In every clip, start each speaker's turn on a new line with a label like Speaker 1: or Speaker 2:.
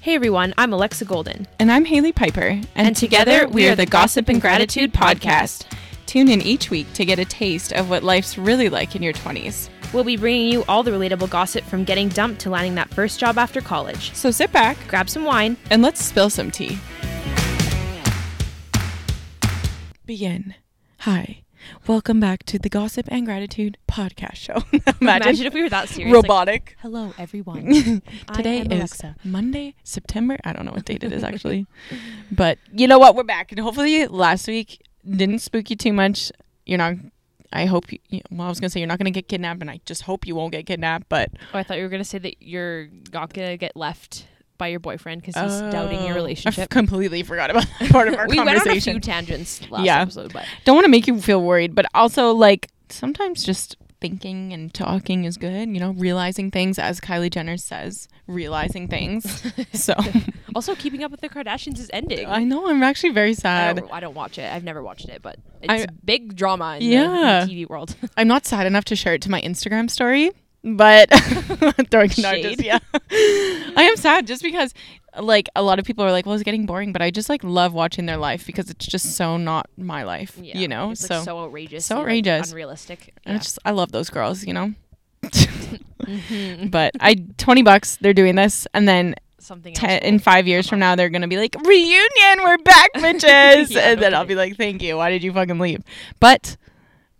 Speaker 1: Hey everyone, I'm Alexa Golden.
Speaker 2: And I'm Haley Piper. And,
Speaker 1: And together, we are the Gossip and Gratitude Podcast.
Speaker 2: Tune in each week to get a taste of what life's really like in your 20s.
Speaker 1: We'll be bringing you all the relatable gossip from getting dumped to landing that first job after college.
Speaker 2: So sit back
Speaker 1: Grab some wine.
Speaker 2: and let's spill some tea. Begin. Hi. Welcome back to the Gossip and Gratitude Podcast Show.
Speaker 1: Imagine, if we were that serious. like,
Speaker 2: robotic.
Speaker 3: Hello, everyone.
Speaker 2: Today
Speaker 3: I am
Speaker 2: is
Speaker 3: Alexa.
Speaker 2: Monday, September. I don't know what date it is actually, but you know what? We're back, and hopefully, last week didn't spook you too much. You're not. I hope. You, you- well, I was gonna say you're not gonna get kidnapped, and I just hope you won't get kidnapped. But
Speaker 3: Oh, I thought you were going to say that you're not going to get left by your boyfriend because he's doubting
Speaker 2: Oh,
Speaker 3: your
Speaker 2: I f-
Speaker 3: relationship.
Speaker 2: completely forgot about that part of our
Speaker 3: we went on a
Speaker 2: conversation.
Speaker 3: few tangents last
Speaker 2: Yeah.
Speaker 3: episode, but
Speaker 2: don't want to make you feel worried, but also like sometimes just thinking and talking is good. You know, realizing things, as Kylie Jenner says, realizing things. so
Speaker 3: also keeping up with the Kardashians is ending.
Speaker 2: I know I'm actually very
Speaker 3: I
Speaker 2: sad.
Speaker 3: don't, I don't watch it. I've never watched it, but it's
Speaker 2: I-
Speaker 3: big drama in the-
Speaker 2: Yeah.
Speaker 3: the TV world.
Speaker 2: I'm not sad enough to share it to my Instagram story, but throwing no, just,
Speaker 3: Shade.
Speaker 2: yeah. I am sad just because like a lot of people are like, well, it's getting boring, but I just like love watching their life because it's just so not my life,
Speaker 3: Yeah.
Speaker 2: you know.
Speaker 3: it's
Speaker 2: so,
Speaker 3: like, so outrageous,
Speaker 2: so
Speaker 3: and, like,
Speaker 2: outrageous.
Speaker 3: unrealistic.
Speaker 2: I
Speaker 3: Yeah.
Speaker 2: just I love those girls, you know. But I twenty bucks they're doing this, and then
Speaker 3: Something
Speaker 2: ten,
Speaker 3: else.
Speaker 2: in five years from now they're gonna be like reunion, we're back, bitches,
Speaker 3: Yeah,
Speaker 2: and
Speaker 3: no
Speaker 2: then I'll be like, thank you, why did you fucking leave? But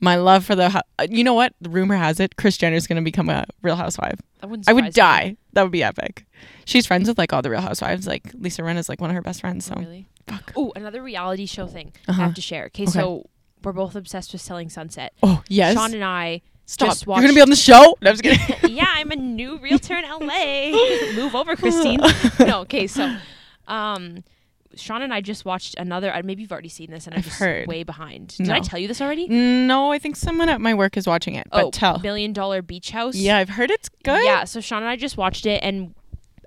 Speaker 2: my love for the hu- uh, you know what? The rumor has it Chris Jenner's gonna become a Real Housewife.
Speaker 3: I, wouldn't
Speaker 2: I would
Speaker 3: surprise me.
Speaker 2: die. That would be epic. She's friends with like all the Real Housewives. Like Lisa Ren is like one of her best friends. So
Speaker 3: Really?
Speaker 2: fuck.
Speaker 3: Oh, another reality show thing
Speaker 2: Uh-huh.
Speaker 3: I have to share. Okay, so we're both obsessed with Selling Sunset.
Speaker 2: Oh yes.
Speaker 3: Sean and I
Speaker 2: Stop.
Speaker 3: just
Speaker 2: You're
Speaker 3: watched.
Speaker 2: gonna be on the show. No, I'm just kidding.
Speaker 3: yeah, I'm a new realtor in LA. Move over, Christine. no, okay, so um Sean and I just watched another uh, maybe you've already seen this and I'm
Speaker 2: I've
Speaker 3: just
Speaker 2: heard.
Speaker 3: way behind. Did I
Speaker 2: No.
Speaker 3: tell you this already?
Speaker 2: no, I think someone at my work is watching it. But
Speaker 3: oh,
Speaker 2: tell.
Speaker 3: Million Dollar Beach House.
Speaker 2: Yeah, I've heard it's good.
Speaker 3: Yeah, so Sean and I just watched it and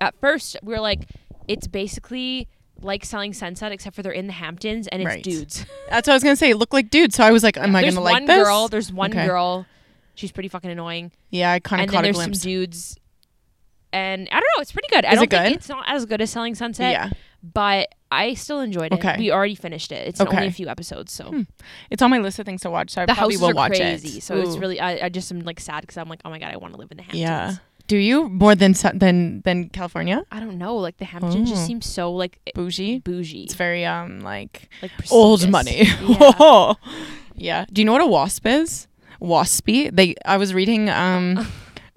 Speaker 3: at first we were like it's basically like selling sunset except for they're in the Hamptons and it's
Speaker 2: Right.
Speaker 3: dudes.
Speaker 2: That's what I was gonna say. It looked like dude, so I was like, am I
Speaker 3: there's
Speaker 2: gonna like
Speaker 3: one
Speaker 2: this?
Speaker 3: girl, there's one
Speaker 2: Okay.
Speaker 3: girl. She's pretty fucking annoying.
Speaker 2: yeah, I kind of
Speaker 3: and then
Speaker 2: caught a
Speaker 3: there's
Speaker 2: glimpse.
Speaker 3: some dudes and I don't know, it's pretty good. I
Speaker 2: Is
Speaker 3: don't
Speaker 2: it
Speaker 3: think
Speaker 2: good?
Speaker 3: it's not as good as selling sunset.
Speaker 2: yeah,
Speaker 3: but I still enjoyed it.
Speaker 2: Okay.
Speaker 3: We already finished it. It's
Speaker 2: Okay.
Speaker 3: only a few episodes, so
Speaker 2: it's on my list of things to watch, so I
Speaker 3: the
Speaker 2: probably
Speaker 3: houses
Speaker 2: will
Speaker 3: are
Speaker 2: watch
Speaker 3: crazy.
Speaker 2: it.
Speaker 3: So it's
Speaker 2: Ooh.
Speaker 3: really I, I just am like sad because I'm like, oh my god, I want to live in the Hamptons.
Speaker 2: yeah. Do you more than Su- than than California?
Speaker 3: I don't know. Like the Hamptons
Speaker 2: Oh.
Speaker 3: just seems so like i-
Speaker 2: Bougie.
Speaker 3: bougie,
Speaker 2: It's very um like
Speaker 3: like
Speaker 2: old
Speaker 3: prestigious.
Speaker 2: money.
Speaker 3: yeah.
Speaker 2: yeah. Do you know what a wasp is? Waspy. They. I was reading. Um,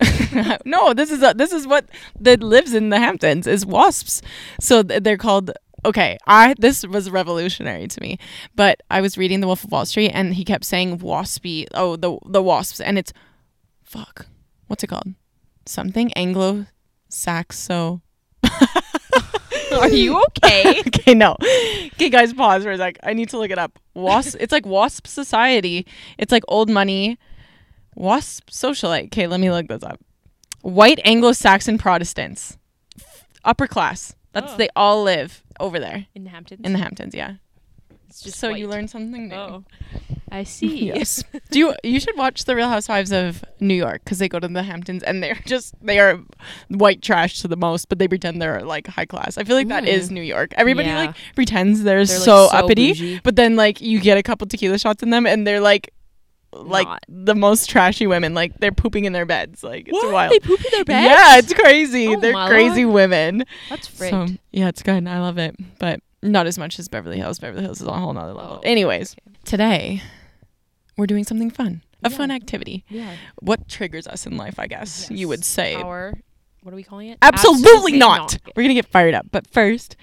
Speaker 2: no, this is a, this is what that lives in the Hamptons is wasps. So th- they're called. Okay, I this was revolutionary to me, but I was reading The Wolf of Wall Street and he kept saying waspy. Oh, the the wasps, and it's fuck. What's it called? Something Anglo Saxo.
Speaker 3: Are you okay?
Speaker 2: okay, no. Okay, guys, pause for a sec. I need to look it up. Wasp. it's like wasp society. It's like old money. Wasp socialite. Okay, let me look this up. White Anglo-Saxon Protestants, upper class. That's
Speaker 3: Oh.
Speaker 2: they all live over there
Speaker 3: in the Hamptons.
Speaker 2: in the Hamptons. Yeah.
Speaker 3: it's just
Speaker 2: so you
Speaker 3: white.
Speaker 2: learn something new.
Speaker 3: Oh, I see.
Speaker 2: Yes. Do you you should watch The Real Housewives of New York because they go to the Hamptons and they're just they are white trash to the most, but they pretend they're like high class. I feel like that
Speaker 3: Mm.
Speaker 2: is New York. Everybody
Speaker 3: Yeah.
Speaker 2: like pretends they're,
Speaker 3: They're, like,
Speaker 2: so,
Speaker 3: so
Speaker 2: uppity,
Speaker 3: bougie.
Speaker 2: but then like you get a couple tequila shots in them and they're like like
Speaker 3: Not.
Speaker 2: the most trashy women. Like they're pooping in their beds. Like it's
Speaker 3: What?
Speaker 2: wild.
Speaker 3: They poop in their bed.
Speaker 2: Yeah, it's crazy.
Speaker 3: Oh
Speaker 2: they're
Speaker 3: my
Speaker 2: crazy women.
Speaker 3: That's
Speaker 2: So,
Speaker 3: frigged.
Speaker 2: yeah, it's good. I love it, but not as much as Beverly Hills. Beverly Hills is on a whole nother level.
Speaker 3: Oh,
Speaker 2: Anyways,
Speaker 3: okay.
Speaker 2: today we're doing something fun, a
Speaker 3: Yeah.
Speaker 2: fun activity.
Speaker 3: yeah.
Speaker 2: What triggers us in life, I guess you
Speaker 3: Yes.
Speaker 2: would say.
Speaker 3: Our what are we calling it?
Speaker 2: Absolutely, not. We're gonna get fired up. But first,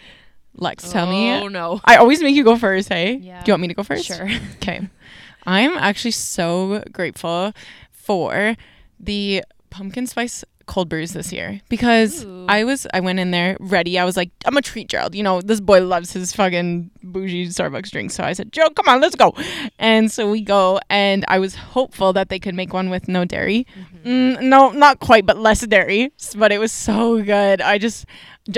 Speaker 2: Lex, tell
Speaker 3: Oh
Speaker 2: me.
Speaker 3: no.
Speaker 2: I always make you go first. Hey,
Speaker 3: Yeah.
Speaker 2: do you want me to go first?
Speaker 3: Sure.
Speaker 2: Okay. I'm actually so grateful for the pumpkin spice cold brews this year because
Speaker 3: Ooh.
Speaker 2: I was I went in there ready. I was like, I'm a treat Gerald. You know, this boy loves his fucking bougie Starbucks drink. So I said, Joe, come on, let's go. And so we go and I was hopeful that they could make one with no dairy.
Speaker 3: Mm-hmm.
Speaker 2: Mm, no, not quite, but less dairy. S- But it was so good. I just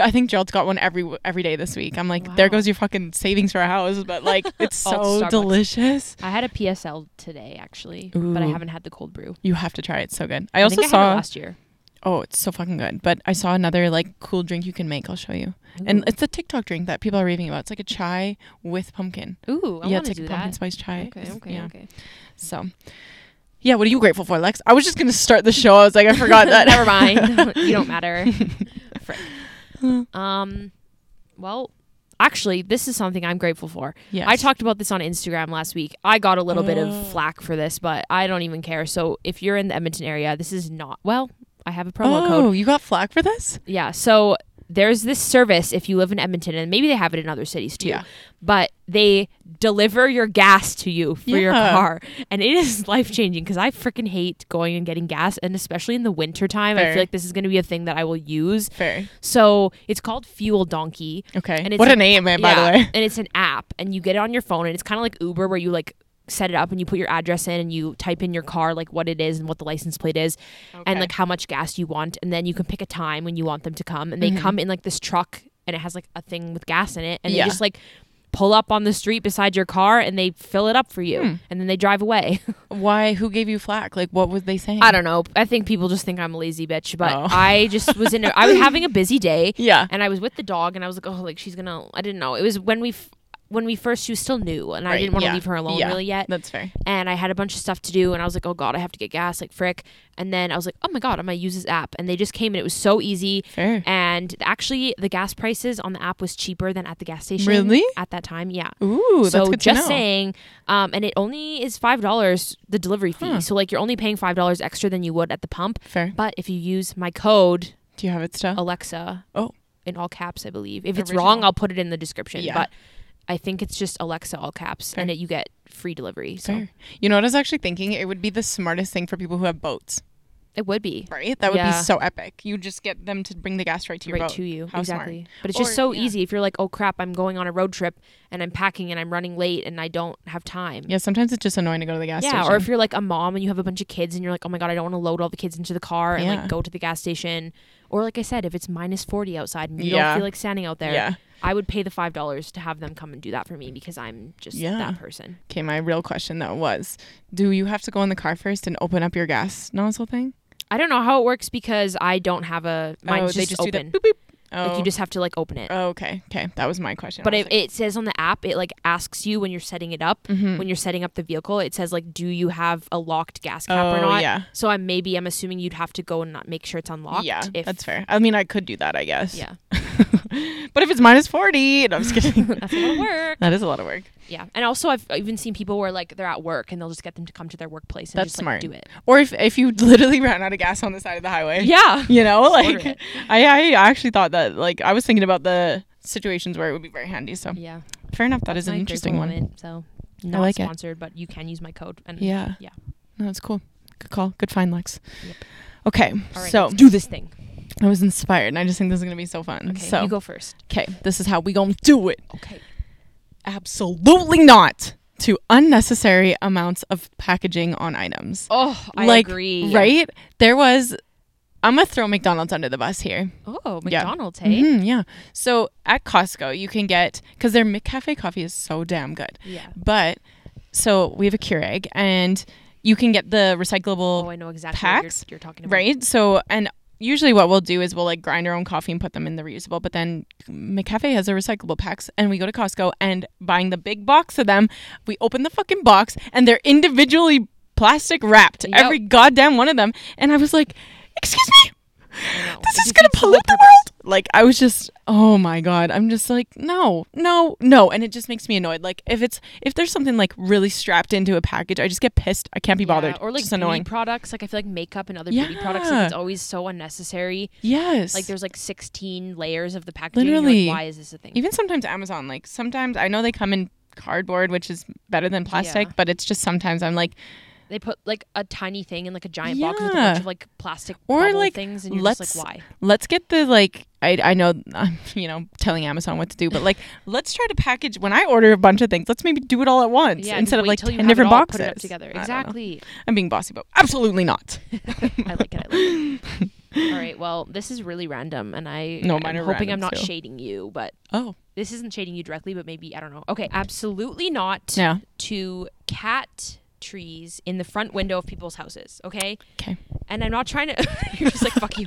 Speaker 2: I think Gerald's got one every every day this week. I'm like, there
Speaker 3: Wow.
Speaker 2: goes your fucking savings for a house, but like it's
Speaker 3: All
Speaker 2: so
Speaker 3: Starbucks.
Speaker 2: delicious.
Speaker 3: I had a PSL today actually, but I
Speaker 2: Ooh.
Speaker 3: haven't had the cold brew.
Speaker 2: You have to try it. It's so good. I
Speaker 3: I
Speaker 2: also
Speaker 3: think I had it
Speaker 2: saw.
Speaker 3: last year.
Speaker 2: Oh, it's so fucking good. But I saw another like cool drink you can make. I'll show you. And it's a TikTok drink that people are raving about. It's like a chai with pumpkin.
Speaker 3: Ooh, I want
Speaker 2: yeah, it's
Speaker 3: to
Speaker 2: like
Speaker 3: do
Speaker 2: a pumpkin
Speaker 3: that.
Speaker 2: spice chai.
Speaker 3: Okay,
Speaker 2: It's-
Speaker 3: okay,
Speaker 2: yeah.
Speaker 3: okay.
Speaker 2: So, yeah, what are you grateful for, Lex? I was just gonna start the show. I was like, I forgot that.
Speaker 3: Never mind. you don't matter. Frick. Um, well, actually, this is something I'm grateful for.
Speaker 2: Yes.
Speaker 3: I talked about this on Instagram last week. I got a little bit
Speaker 2: Oh.
Speaker 3: of flack for this, but I don't even care. So if you're in the Edmonton area, this is not well. I have a promo
Speaker 2: oh,
Speaker 3: code.
Speaker 2: you got flack for this?
Speaker 3: Yeah. So there's this service if you live in Edmonton, and maybe they have it in other cities too.
Speaker 2: Yeah.
Speaker 3: But they deliver your gas to you for your
Speaker 2: Yeah.
Speaker 3: car, and it is life changing because I freaking hate going and getting gas, and especially in the winter time, I
Speaker 2: Fair.
Speaker 3: feel like this is going to be a thing that I will use.
Speaker 2: Fair.
Speaker 3: So it's called Fuel Donkey.
Speaker 2: Okay.
Speaker 3: And it's
Speaker 2: what
Speaker 3: a-
Speaker 2: a name, man, by
Speaker 3: Yeah,
Speaker 2: the way.
Speaker 3: And it's an app, and you get it on your phone, and it's kind of like Uber, where you like set it up and you put your address in and you type in your car like what it is and what the license plate is and
Speaker 2: Okay.
Speaker 3: like how much gas you want and then you can pick a time when you want them to come and they
Speaker 2: Mm-hmm.
Speaker 3: come in like this truck and it has like a thing with gas in it and
Speaker 2: Yeah.
Speaker 3: they just like pull up on the street beside your car and they fill it up for
Speaker 2: Hmm.
Speaker 3: you and then they drive away
Speaker 2: Why? Who gave you flack? Like, what was they saying?
Speaker 3: i don't know i think people just think i'm a lazy bitch but
Speaker 2: Oh.
Speaker 3: i just was in a, i was having a busy day
Speaker 2: Yeah.
Speaker 3: and I was with the dog, and I was like, oh, like she's gonna. I didn't know. It was when we, f- when we first, she was still new, and I
Speaker 2: Right,
Speaker 3: didn't want to
Speaker 2: yeah,
Speaker 3: leave her alone
Speaker 2: yeah,
Speaker 3: really yet.
Speaker 2: That's fair.
Speaker 3: and I had a bunch of stuff to do, and I was like, oh god, I have to get gas, like frick. And then I was like, oh my god, I'm gonna use this app, and they just came, and it was so easy.
Speaker 2: Fair.
Speaker 3: And actually, the gas prices on the app was cheaper than at the gas station.
Speaker 2: Really?
Speaker 3: At that time, yeah.
Speaker 2: Ooh, that's
Speaker 3: so
Speaker 2: good
Speaker 3: just
Speaker 2: to know.
Speaker 3: saying, um, and it only is five dollars the delivery fee. So like you're only paying five dollars extra than you would at the pump.
Speaker 2: Fair.
Speaker 3: But if you use my code,
Speaker 2: Do you have it still?
Speaker 3: Alexa.
Speaker 2: Oh.
Speaker 3: In all caps, I believe. If it's
Speaker 2: Original.
Speaker 3: wrong, I'll put it in the description.
Speaker 2: Yeah.
Speaker 3: But I think it's just Alexa all caps, and
Speaker 2: Fair.
Speaker 3: it, you get free delivery. So
Speaker 2: Fair. You know what I was actually thinking? It would be the smartest thing for people who have boats,
Speaker 3: it would be
Speaker 2: right? That would
Speaker 3: Yeah.
Speaker 2: be so epic. You just get them to bring the gas right to your
Speaker 3: right
Speaker 2: boat.
Speaker 3: to you.
Speaker 2: How smart.
Speaker 3: exactly. But it's just
Speaker 2: Or-
Speaker 3: so
Speaker 2: yeah.
Speaker 3: easy if you're like, oh crap, I'm going on a road trip and I'm packing and I'm running late and I don't have time.
Speaker 2: Yeah, sometimes it's just annoying to go to the gas
Speaker 3: Yeah,
Speaker 2: station.
Speaker 3: or if you're like a mom and you have a bunch of kids and you're like, oh my god, I don't want to load all the kids into the car and
Speaker 2: Yeah.
Speaker 3: like go to the gas station, or like I said, if it's minus forty outside and you
Speaker 2: Yeah.
Speaker 3: don't feel like standing out there,
Speaker 2: Yeah.
Speaker 3: I would pay the five dollars to have them come and do that for me because I'm just
Speaker 2: Yeah.
Speaker 3: that person.
Speaker 2: Okay, my real question though was, do you have to go in the car first and open up your gas nozzle thing?
Speaker 3: I don't know how it works because I don't have a mine's just, open.
Speaker 2: Oh, do that. Boop, boop. Oh,
Speaker 3: Like you just have to like open it.
Speaker 2: oh, okay, okay, that was my question.
Speaker 3: but
Speaker 2: I was
Speaker 3: it, it says on the app, it like asks you when you're setting it up,
Speaker 2: Mm-hmm.
Speaker 3: when you're setting up the vehicle, it says like, do you have a locked gas cap or
Speaker 2: Oh,
Speaker 3: not?
Speaker 2: yeah.
Speaker 3: So I'm maybe I'm assuming you'd have to go and not make sure it's
Speaker 2: like,
Speaker 3: unlocked.
Speaker 2: yeah,
Speaker 3: if,
Speaker 2: that's fair. I mean, I could do that, I guess.
Speaker 3: Yeah,
Speaker 2: But if it's minus forty, no, I'm just kidding.
Speaker 3: that's a lot of work.
Speaker 2: that is a lot of work.
Speaker 3: Yeah, and also I've even seen people where like they're at work and they'll just get them to come to their workplace and
Speaker 2: That's
Speaker 3: just
Speaker 2: smart.
Speaker 3: like do it.
Speaker 2: Or if if you literally ran out of gas on the side of the highway.
Speaker 3: Yeah.
Speaker 2: You know,
Speaker 3: order
Speaker 2: like
Speaker 3: it.
Speaker 2: I I actually thought that like I was thinking about the situations where it would be very handy. So
Speaker 3: Yeah,
Speaker 2: fair enough. That is
Speaker 3: my
Speaker 2: an interesting
Speaker 3: grateful
Speaker 2: one.
Speaker 3: moment, So not
Speaker 2: like it.
Speaker 3: sponsored, but you can use my code. And
Speaker 2: Yeah.
Speaker 3: yeah.
Speaker 2: No, it's cool. Good call. Good find, Lex.
Speaker 3: Yep.
Speaker 2: Okay,
Speaker 3: All right,
Speaker 2: so
Speaker 3: let's do this thing.
Speaker 2: I was inspired, and I just think this is gonna be so fun.
Speaker 3: Okay,
Speaker 2: so
Speaker 3: you go first.
Speaker 2: okay, this is how we gonna do it.
Speaker 3: Okay.
Speaker 2: Absolutely not to unnecessary amounts of packaging on items.
Speaker 3: Oh, I
Speaker 2: like,
Speaker 3: agree.
Speaker 2: Right? There was. I'm gonna throw McDonald's under the bus here.
Speaker 3: Oh,
Speaker 2: Yeah.
Speaker 3: McDonald's, hey?
Speaker 2: Mhm, yeah. So at Costco, you can get because their McCafe coffee is so damn good.
Speaker 3: Yeah.
Speaker 2: But so we have a Keurig, and you can get the recyclable
Speaker 3: Oh, I know exactly
Speaker 2: Packs,
Speaker 3: what you're, you're talking about.
Speaker 2: right? So, and usually what we'll do is we'll like grind our own coffee and put them in the reusable, but then McCafe has the recyclable packs, and we go to Costco and buying the big box of them, we open the fucking box, and they're individually plastic wrapped,
Speaker 3: Yep.
Speaker 2: every goddamn one of them. And I was like, excuse me,
Speaker 3: I know.
Speaker 2: this is
Speaker 3: It
Speaker 2: gonna
Speaker 3: defeats the whole
Speaker 2: pollute the
Speaker 3: purpose.
Speaker 2: world. Like I was just, oh my god, I'm just like, no, no, no, and it just makes me annoyed. Like if it's if there's something like really strapped into a package, I just get pissed. I can't be bothered.
Speaker 3: Yeah, or like
Speaker 2: just
Speaker 3: beauty
Speaker 2: annoying.
Speaker 3: products. Like I feel like makeup and other beauty products, like,
Speaker 2: Yeah.
Speaker 3: it's always so unnecessary.
Speaker 2: yes,
Speaker 3: Like there's like 16 layers of the packaging.
Speaker 2: Literally.
Speaker 3: You're like, Why is this a thing?
Speaker 2: even sometimes Amazon, like sometimes I know they come in cardboard, which is better than plastic,
Speaker 3: Yeah.
Speaker 2: but it's just sometimes I'm like,
Speaker 3: they put like a tiny thing in like a giant box with a
Speaker 2: Yeah.
Speaker 3: bunch of like plastic
Speaker 2: Or,
Speaker 3: bubble
Speaker 2: like,
Speaker 3: things, and you're just
Speaker 2: let's-
Speaker 3: like, why?
Speaker 2: let's get the like, I, I know I'm, you know, telling Amazon what to do, but like, let's try to package when I order a bunch of things, let's maybe do it all at once
Speaker 3: Yeah,
Speaker 2: instead
Speaker 3: just
Speaker 2: of
Speaker 3: wait
Speaker 2: like
Speaker 3: till you
Speaker 2: 10
Speaker 3: have it
Speaker 2: different
Speaker 3: all,
Speaker 2: boxes.
Speaker 3: Put it up together.
Speaker 2: I don't know.
Speaker 3: Exactly.
Speaker 2: I'm being bossy, but absolutely not.
Speaker 3: I like it. I like it. All right. Well, this is really random, and I
Speaker 2: No,
Speaker 3: I'm
Speaker 2: mine are
Speaker 3: hoping I'm
Speaker 2: random,
Speaker 3: not
Speaker 2: too.
Speaker 3: shading you, but
Speaker 2: Oh,
Speaker 3: this isn't shading you directly, but maybe I don't know. Okay, absolutely not
Speaker 2: Yeah.
Speaker 3: to cat trees in the front window of people's houses. Okay,
Speaker 2: Okay.
Speaker 3: and I'm not trying to. you're just like fuck you.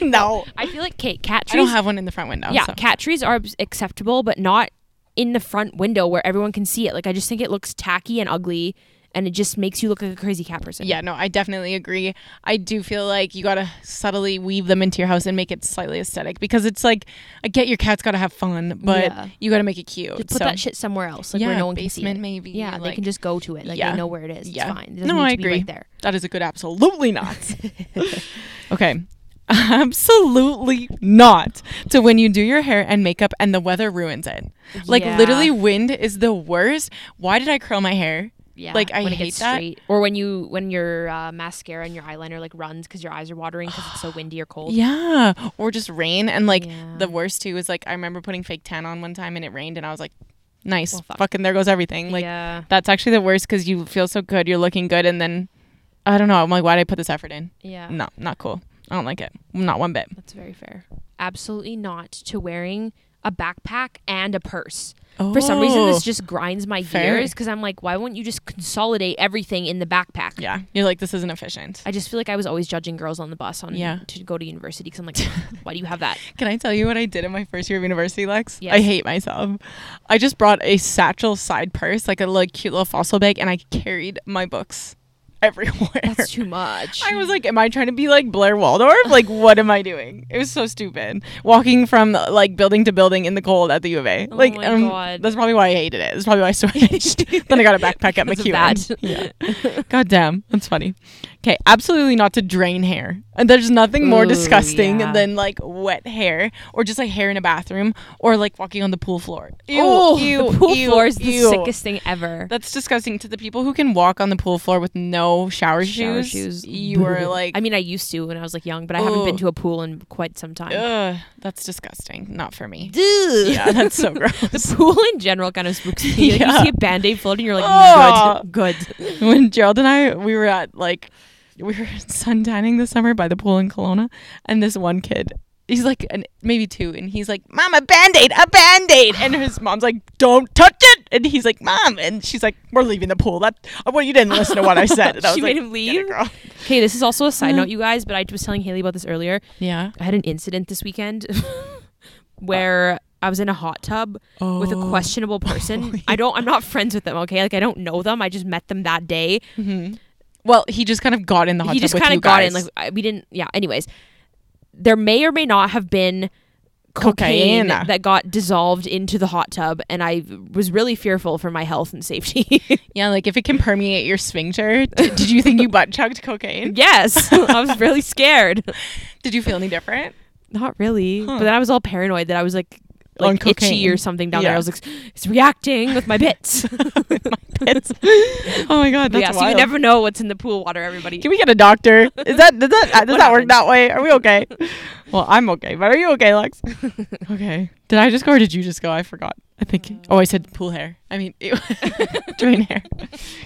Speaker 2: No.
Speaker 3: I feel like okay, cat trees.
Speaker 2: I don't have one in the front window.
Speaker 3: yeah,
Speaker 2: so.
Speaker 3: cat trees are abs- acceptable, but not in the front window where everyone can see it. Like I just think it looks tacky and ugly, and it just makes you look like a crazy cat person.
Speaker 2: Yeah, no, I definitely agree. I do feel like you gotta subtly weave them into your house and make it slightly aesthetic because it's like I get your cat's gotta have fun, but
Speaker 3: Yeah.
Speaker 2: you gotta make it cute.
Speaker 3: Just put
Speaker 2: so.
Speaker 3: that shit somewhere else, like where
Speaker 2: Yeah,
Speaker 3: no one
Speaker 2: basement
Speaker 3: can see it.
Speaker 2: maybe,
Speaker 3: Yeah, they
Speaker 2: like-
Speaker 3: can just go to it. Like
Speaker 2: Yeah.
Speaker 3: they know where it is. It's fine. It doesn't
Speaker 2: no,
Speaker 3: need
Speaker 2: I
Speaker 3: to be
Speaker 2: agree.
Speaker 3: right there.
Speaker 2: That is a good absolutely not. okay. Absolutely not to when you do your hair and makeup and the weather ruins it. Like
Speaker 3: Yeah.
Speaker 2: literally wind is the worst. Why did I curl my hair?
Speaker 3: Yeah,
Speaker 2: Like, I
Speaker 3: when it
Speaker 2: hate
Speaker 3: gets
Speaker 2: that.
Speaker 3: straight, or when you when your uh, mascara and your eyeliner like runs because your eyes are watering because it's so windy or cold.
Speaker 2: Yeah. Or just rain. And like
Speaker 3: Yeah.
Speaker 2: the worst too is like I remember putting fake tan on one time and it rained and I was like, nice.
Speaker 3: Well, fuck.
Speaker 2: Fucking there goes everything. Like
Speaker 3: yeah,
Speaker 2: that's actually the worst because you feel so good. You're looking good. And then I don't know. I'm like, why did I put this effort in?
Speaker 3: yeah,
Speaker 2: No, not cool. I don't like it. Not one bit.
Speaker 3: that's very fair. Absolutely not to wearing a backpack and a purse. For some reason,
Speaker 2: Oh.
Speaker 3: this just grinds my
Speaker 2: Fair.
Speaker 3: gears because I'm like, why won't you just consolidate everything in the backpack?
Speaker 2: Oh. Yeah. You're like, this isn't efficient.
Speaker 3: I just feel like I was always judging girls on the bus on
Speaker 2: Yeah.
Speaker 3: to go to university because I'm like, why do you have that?
Speaker 2: Can I tell you what I did in my first year of university, Lex?
Speaker 3: Yes.
Speaker 2: I hate myself. I just brought a satchel side purse, like a like cute little fossil bag, and I carried my books everywhere.
Speaker 3: That's too much.
Speaker 2: I was like, am I trying to be like Blair Waldorf? Like, what am I doing? It was so stupid. Walking from like building to building in the cold at the U of A. Like,
Speaker 3: Oh my
Speaker 2: um,
Speaker 3: God.
Speaker 2: that's probably why I hated it. That's probably why I switched. then I got a backpack at
Speaker 3: Because
Speaker 2: McEwen. Yeah. God damn, that's funny. Okay, absolutely not to drain hair. And there's nothing more
Speaker 3: Ooh,
Speaker 2: disgusting
Speaker 3: yeah.
Speaker 2: than like wet hair or just like hair in a bathroom or like walking on the pool floor. Ew,
Speaker 3: oh,
Speaker 2: ew,
Speaker 3: the pool
Speaker 2: ew,
Speaker 3: floor is the
Speaker 2: ew.
Speaker 3: sickest thing ever.
Speaker 2: That's disgusting to the people who can walk on the pool floor with no shower,
Speaker 3: Shower
Speaker 2: shoes. You were like,
Speaker 3: I mean, I used to when I was like young, but I haven't been
Speaker 2: Ugh.
Speaker 3: to a pool in quite some time.
Speaker 2: Ugh, that's disgusting. Not for me.
Speaker 3: Dude.
Speaker 2: Yeah, that's so gross.
Speaker 3: The pool in general kind of spooks me. Like,
Speaker 2: Yeah.
Speaker 3: You see a band aid floating, you're like,
Speaker 2: Oh.
Speaker 3: good, good.
Speaker 2: when Gerald and I, we were at like, we were suntanning this summer by the pool in Kelowna, and this one kid, he's like, an, maybe two, and he's like, "Mom, a band aid, a band aid," and his mom's like, "Don't touch it," and he's like, "Mom," and she's like, "We're leaving the pool." That, well, you didn't listen to what I said. And I
Speaker 3: She
Speaker 2: was
Speaker 3: made
Speaker 2: like,
Speaker 3: him
Speaker 2: "Get it,
Speaker 3: leave?"
Speaker 2: girl."
Speaker 3: Okay, this is also a side
Speaker 2: Mm-hmm.
Speaker 3: note, you guys, but I was telling Haley about this earlier.
Speaker 2: Yeah.
Speaker 3: I had an incident this weekend where I was in a hot tub with
Speaker 2: Oh.
Speaker 3: a questionable person. I don't, I'm not friends with them, okay? Like, I don't know them. I just met them that day.
Speaker 2: Mm-hmm. Well, he just kind of got in the hot
Speaker 3: he
Speaker 2: tub
Speaker 3: just
Speaker 2: with
Speaker 3: kind
Speaker 2: you
Speaker 3: of got in.
Speaker 2: guys.
Speaker 3: Like, I, we didn't, yeah, anyways. There may or may not have been cocaine,
Speaker 2: Cocaine.
Speaker 3: that got dissolved into the hot tub, and I was really fearful for my health and safety.
Speaker 2: yeah, like if it can permeate your sphincter, d- did you think you butt chugged cocaine?
Speaker 3: yes, I was really scared.
Speaker 2: Did you feel any different?
Speaker 3: Not really. But then I was all paranoid that I was like like
Speaker 2: On
Speaker 3: itchy or
Speaker 2: cocaine.
Speaker 3: something down
Speaker 2: Yeah.
Speaker 3: there. I was like, it's reacting with my bits.
Speaker 2: oh my god, that's
Speaker 3: yeah, so you
Speaker 2: wild.
Speaker 3: never know what's in the pool water, everybody.
Speaker 2: Can we get a doctor? Is that does that uh,
Speaker 3: What
Speaker 2: does that work
Speaker 3: happened?
Speaker 2: that way? Are we okay? well, I'm okay, but are you okay, Lex? okay. Did I just go or did you just go? I forgot. I think.
Speaker 3: Uh,
Speaker 2: oh, I said pool hair. I mean, ew. drain hair.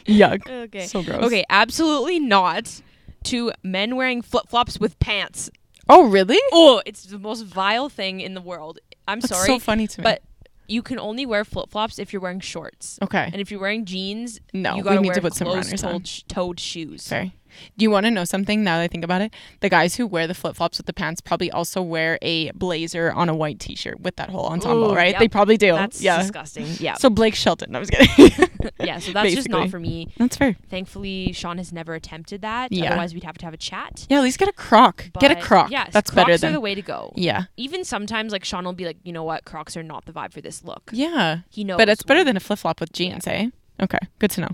Speaker 2: Yuck.
Speaker 3: okay.
Speaker 2: So gross.
Speaker 3: Okay, absolutely not to men wearing flip flops with pants.
Speaker 2: Oh, really?
Speaker 3: Oh, it's the most vile thing in the world. I'm
Speaker 2: That's
Speaker 3: sorry.
Speaker 2: so funny to me.
Speaker 3: But you can only wear flip flops if you're wearing shorts.
Speaker 2: okay.
Speaker 3: And if you're wearing jeans,
Speaker 2: No,
Speaker 3: you
Speaker 2: we
Speaker 3: gotta
Speaker 2: need
Speaker 3: wear
Speaker 2: to put some runners on.
Speaker 3: closed-toed sh- toed shoes.
Speaker 2: Sorry. Do you want to know something? Now that I think about it, the guys who wear the flip flops with the pants probably also wear a blazer on a white t shirt with that whole ensemble,
Speaker 3: Ooh,
Speaker 2: right?
Speaker 3: yep.
Speaker 2: They probably do.
Speaker 3: That's
Speaker 2: yeah.
Speaker 3: disgusting. Yeah.
Speaker 2: So Blake Shelton. I was kidding.
Speaker 3: yeah, so that's just
Speaker 2: basically.
Speaker 3: not for me.
Speaker 2: That's fair.
Speaker 3: Thankfully, Sean has never attempted that.
Speaker 2: Yeah.
Speaker 3: Otherwise, we'd have to have a chat.
Speaker 2: Yeah, at least get a croc. get a
Speaker 3: But
Speaker 2: croc.
Speaker 3: Yes,
Speaker 2: That's
Speaker 3: Crocs
Speaker 2: better
Speaker 3: are
Speaker 2: than.
Speaker 3: the way to go.
Speaker 2: yeah.
Speaker 3: Even sometimes, like Sean will be like, you know what, Crocs are not the vibe for this look.
Speaker 2: Yeah.
Speaker 3: He knows.
Speaker 2: But it's better than a flip flop with jeans, eh? Okay, good to know.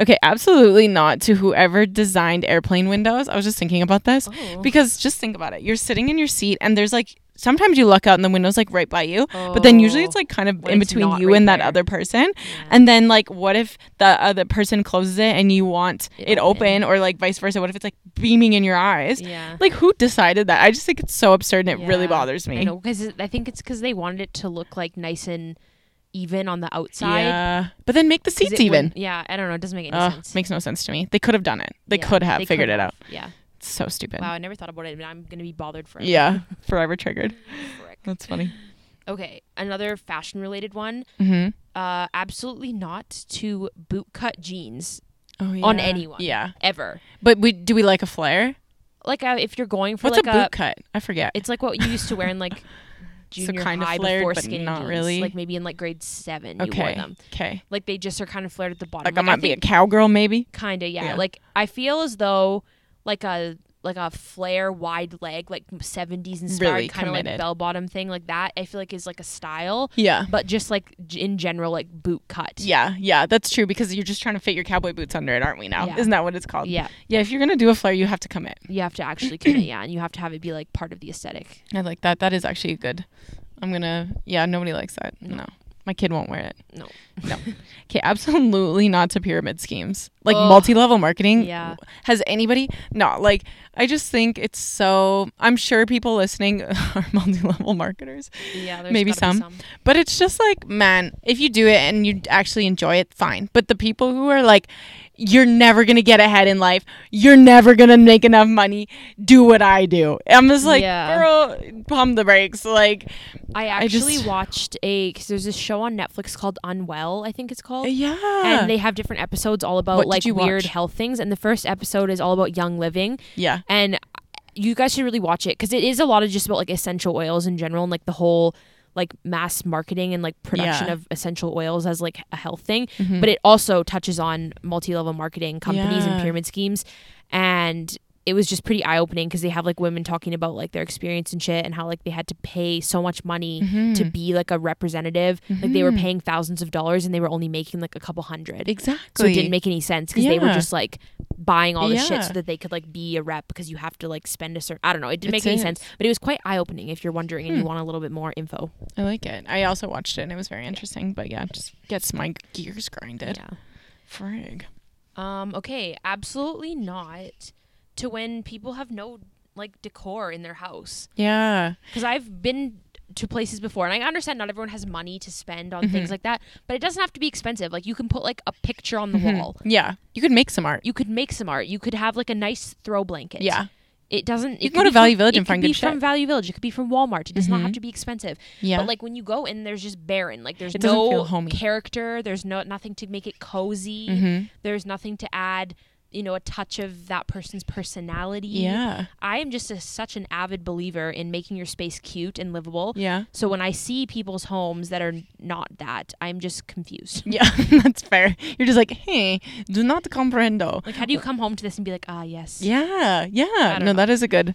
Speaker 2: Okay, absolutely not to whoever designed airplane windows. I was just thinking about this
Speaker 3: Oh.
Speaker 2: because just think about it. You're sitting in your seat and there's like sometimes you look out and the window's like right by you, but then usually
Speaker 3: Oh.
Speaker 2: it's like kind of
Speaker 3: When
Speaker 2: in
Speaker 3: it's
Speaker 2: between
Speaker 3: not
Speaker 2: you
Speaker 3: right
Speaker 2: and that
Speaker 3: there.
Speaker 2: other person. And then like what if the other person closes it and you want it,
Speaker 3: It
Speaker 2: open. or like vice versa? What if it's like beaming in your eyes?
Speaker 3: Yeah.
Speaker 2: Like who decided that? I just think it's so absurd and it really
Speaker 3: Yeah.
Speaker 2: bothers me.
Speaker 3: I know because I think it's because they wanted it to look like nice and even on the outside.
Speaker 2: Yeah. But then make the
Speaker 3: 'Cause
Speaker 2: seats
Speaker 3: it
Speaker 2: even.
Speaker 3: wouldn't- Yeah, I don't know. It doesn't make any
Speaker 2: Ugh,
Speaker 3: sense.
Speaker 2: makes no sense to me. They could have done it. They
Speaker 3: Yeah,
Speaker 2: could have
Speaker 3: they
Speaker 2: figured it
Speaker 3: have.
Speaker 2: out.
Speaker 3: Yeah.
Speaker 2: It's so stupid.
Speaker 3: Wow, I never thought about it, but I'm gonna be bothered for
Speaker 2: Yeah, forever triggered.
Speaker 3: Frick.
Speaker 2: That's funny.
Speaker 3: Okay, another fashion-related one.
Speaker 2: hmm
Speaker 3: Uh, absolutely not to bootcut jeans.
Speaker 2: Oh, yeah.
Speaker 3: on anyone.
Speaker 2: Yeah.
Speaker 3: Ever.
Speaker 2: But we, do we like a flare?
Speaker 3: Like uh, if you're going for
Speaker 2: What's
Speaker 3: like
Speaker 2: a boot cut? I forget.
Speaker 3: it's like what you used to wear in like junior
Speaker 2: kind of
Speaker 3: high
Speaker 2: flared,
Speaker 3: before
Speaker 2: but
Speaker 3: skinny
Speaker 2: not
Speaker 3: jeans.
Speaker 2: really.
Speaker 3: Like maybe in like grade seven you wore
Speaker 2: okay.
Speaker 3: them.
Speaker 2: Okay.
Speaker 3: Like they just are kind of flared at the bottom.
Speaker 2: Like I
Speaker 3: I
Speaker 2: might be a
Speaker 3: think
Speaker 2: cowgirl, maybe.
Speaker 3: kinda yeah.
Speaker 2: Yeah.
Speaker 3: Like I feel as though like a like a flare wide leg like 70s inspired
Speaker 2: Really
Speaker 3: kind of like
Speaker 2: committed.
Speaker 3: bell bottom thing like that I feel like is like a style
Speaker 2: Yeah.
Speaker 3: but just like j- in general like boot cut
Speaker 2: Yeah, yeah, that's true because you're just trying to fit your cowboy boots under it, aren't we now?
Speaker 3: Yeah.
Speaker 2: Isn't that what it's called?
Speaker 3: Yeah.
Speaker 2: Yeah, if you're going to do a flare, you have to commit.
Speaker 3: you have to actually commit yeah and you have to have it be like part of the aesthetic
Speaker 2: I like that. That is actually good. I'm going to Yeah, nobody likes that. No. My kid won't wear it.
Speaker 3: no
Speaker 2: No. okay, absolutely not to pyramid schemes. Like
Speaker 3: Ugh.
Speaker 2: multi-level marketing.
Speaker 3: Yeah.
Speaker 2: Has anybody? No, like I just think it's so I'm sure people listening are multi-level marketers.
Speaker 3: yeah there's
Speaker 2: Maybe
Speaker 3: gotta be
Speaker 2: some. But it's just like, man, if you do it and you actually enjoy it, fine. But the people who are like, you're never going to get ahead in life. You're never going to make enough money. Do what I do. I'm just like,
Speaker 3: Yeah.
Speaker 2: girl, pump the brakes. Like,
Speaker 3: I
Speaker 2: I just-
Speaker 3: actually watched a because there's this show on Netflix called Unwell, I think it's called.
Speaker 2: yeah.
Speaker 3: And they have different episodes all about
Speaker 2: What did
Speaker 3: like
Speaker 2: you
Speaker 3: weird
Speaker 2: watch?
Speaker 3: health things. And the first episode is all about young living.
Speaker 2: yeah.
Speaker 3: And you guys should really watch it because it is a lot of just about like essential oils in general and like the whole like mass marketing and like production
Speaker 2: Yeah. Mm-hmm.
Speaker 3: of essential oils as like a health thing. But it also touches on multi level marketing companies and
Speaker 2: Yeah.
Speaker 3: pyramid schemes. And it was just pretty eye opening because they have like women talking about like their experience and shit and how like they had to pay so much money
Speaker 2: Mm-hmm.
Speaker 3: to be like a representative. Like they were paying thousands of dollars and they were only making like a couple hundred.
Speaker 2: Exactly.
Speaker 3: So it didn't make any sense because they were
Speaker 2: Yeah.
Speaker 3: just like buying all this shit
Speaker 2: Yeah.
Speaker 3: so that they could like be a rep because you have to like spend a certain. I don't know. It didn't
Speaker 2: That's
Speaker 3: make any
Speaker 2: it. Hmm.
Speaker 3: sense, but it was quite eye opening if you're wondering and you want a little bit more info.
Speaker 2: I like it. I also watched it and it was very interesting. But yeah, just gets my gears grinded.
Speaker 3: Yeah.
Speaker 2: Frig.
Speaker 3: Um. Okay. Absolutely not to when people have no like decor in their house
Speaker 2: Yeah.
Speaker 3: because I've been to places before and I understand not everyone has money to spend on
Speaker 2: Mm-hmm.
Speaker 3: things like that, but it doesn't have to be expensive. Like you can put like a picture on the
Speaker 2: Mm-hmm.
Speaker 3: wall.
Speaker 2: Hmm. Yeah. You could make some art.
Speaker 3: You could make some art. You could have like a nice throw blanket.
Speaker 2: yeah.
Speaker 3: it doesn't. You
Speaker 2: can go to Value Village and find
Speaker 3: It could
Speaker 2: good
Speaker 3: be from
Speaker 2: shit.
Speaker 3: Value Village. It could be from Walmart. It does not have to be expensive.
Speaker 2: Yeah.
Speaker 3: But like when you go in, there's just barren. Like there's
Speaker 2: It doesn't
Speaker 3: no
Speaker 2: feel homey. Mm-hmm.
Speaker 3: character. There's no nothing to make it cozy. There's nothing to add. You know, a touch of that person's personality.
Speaker 2: Yeah.
Speaker 3: I am just a, such an avid believer in making your space cute and livable.
Speaker 2: Yeah.
Speaker 3: So when I see people's homes that are not that, I'm just confused.
Speaker 2: Yeah, that's fair. You're just like, hey, do not comprendo.
Speaker 3: Like, how do you come home to this and be like, ah, yes,
Speaker 2: Yeah, yeah.
Speaker 3: don't
Speaker 2: No,
Speaker 3: know.
Speaker 2: that is a good.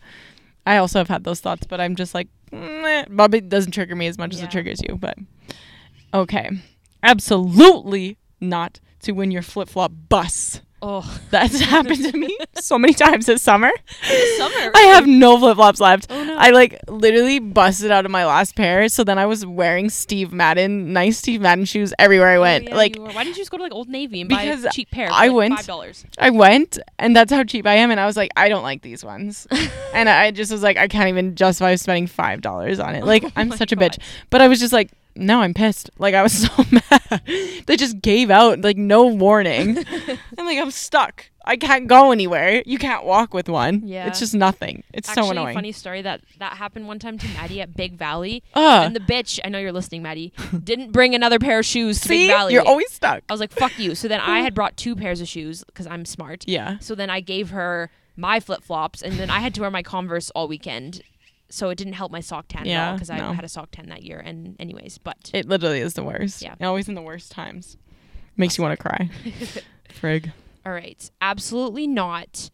Speaker 2: I also have had those thoughts, but I'm just like, meh. Bobby doesn't trigger me as much as
Speaker 3: Yeah.
Speaker 2: it triggers you. But okay, absolutely not to win your flip flop bus.
Speaker 3: oh,
Speaker 2: That's happened to me so many times this summer.
Speaker 3: summer.
Speaker 2: I have no flip flops left.
Speaker 3: no.
Speaker 2: I like literally busted out of my last pair. So then I was wearing Steve Madden, nice Steve Madden shoes everywhere I went.
Speaker 3: Yeah,
Speaker 2: like
Speaker 3: you were- why didn't you just go to like Old Navy and
Speaker 2: Because
Speaker 3: buy a cheap pair? For
Speaker 2: I
Speaker 3: like
Speaker 2: went-
Speaker 3: five dollars.
Speaker 2: I went, and that's how cheap I am. And I was like, I don't like these ones, and I just was like, I can't even justify spending five dollars on it. Like I'm
Speaker 3: Oh my
Speaker 2: such a
Speaker 3: God.
Speaker 2: bitch. But I was just like, no, I'm pissed. Like I was so mad. they just gave out like no warning. I'm like, I'm stuck. I can't go anywhere. You can't walk with one.
Speaker 3: Yeah.
Speaker 2: it's just nothing. It's
Speaker 3: Actually,
Speaker 2: so annoying.
Speaker 3: funny story that that happened one time to Maddie at Big Valley,
Speaker 2: Ugh.
Speaker 3: and the bitch. I know you're listening, Maddie. Didn't bring another pair of shoes to
Speaker 2: See,
Speaker 3: Big Valley. Oh.
Speaker 2: you're always stuck.
Speaker 3: I was like, fuck you. So then I had brought two pairs of shoes because I'm smart.
Speaker 2: Yeah.
Speaker 3: So then I gave her my flip flops, and then I had to wear my Converse all weekend. So it didn't help my sock tan at all
Speaker 2: Yeah,
Speaker 3: because
Speaker 2: no.
Speaker 3: I had a sock tan that year. And anyways, but
Speaker 2: It literally is the worst.
Speaker 3: Yeah.
Speaker 2: always in the worst times. Makes you want to cry. Frig.
Speaker 3: All right. Absolutely not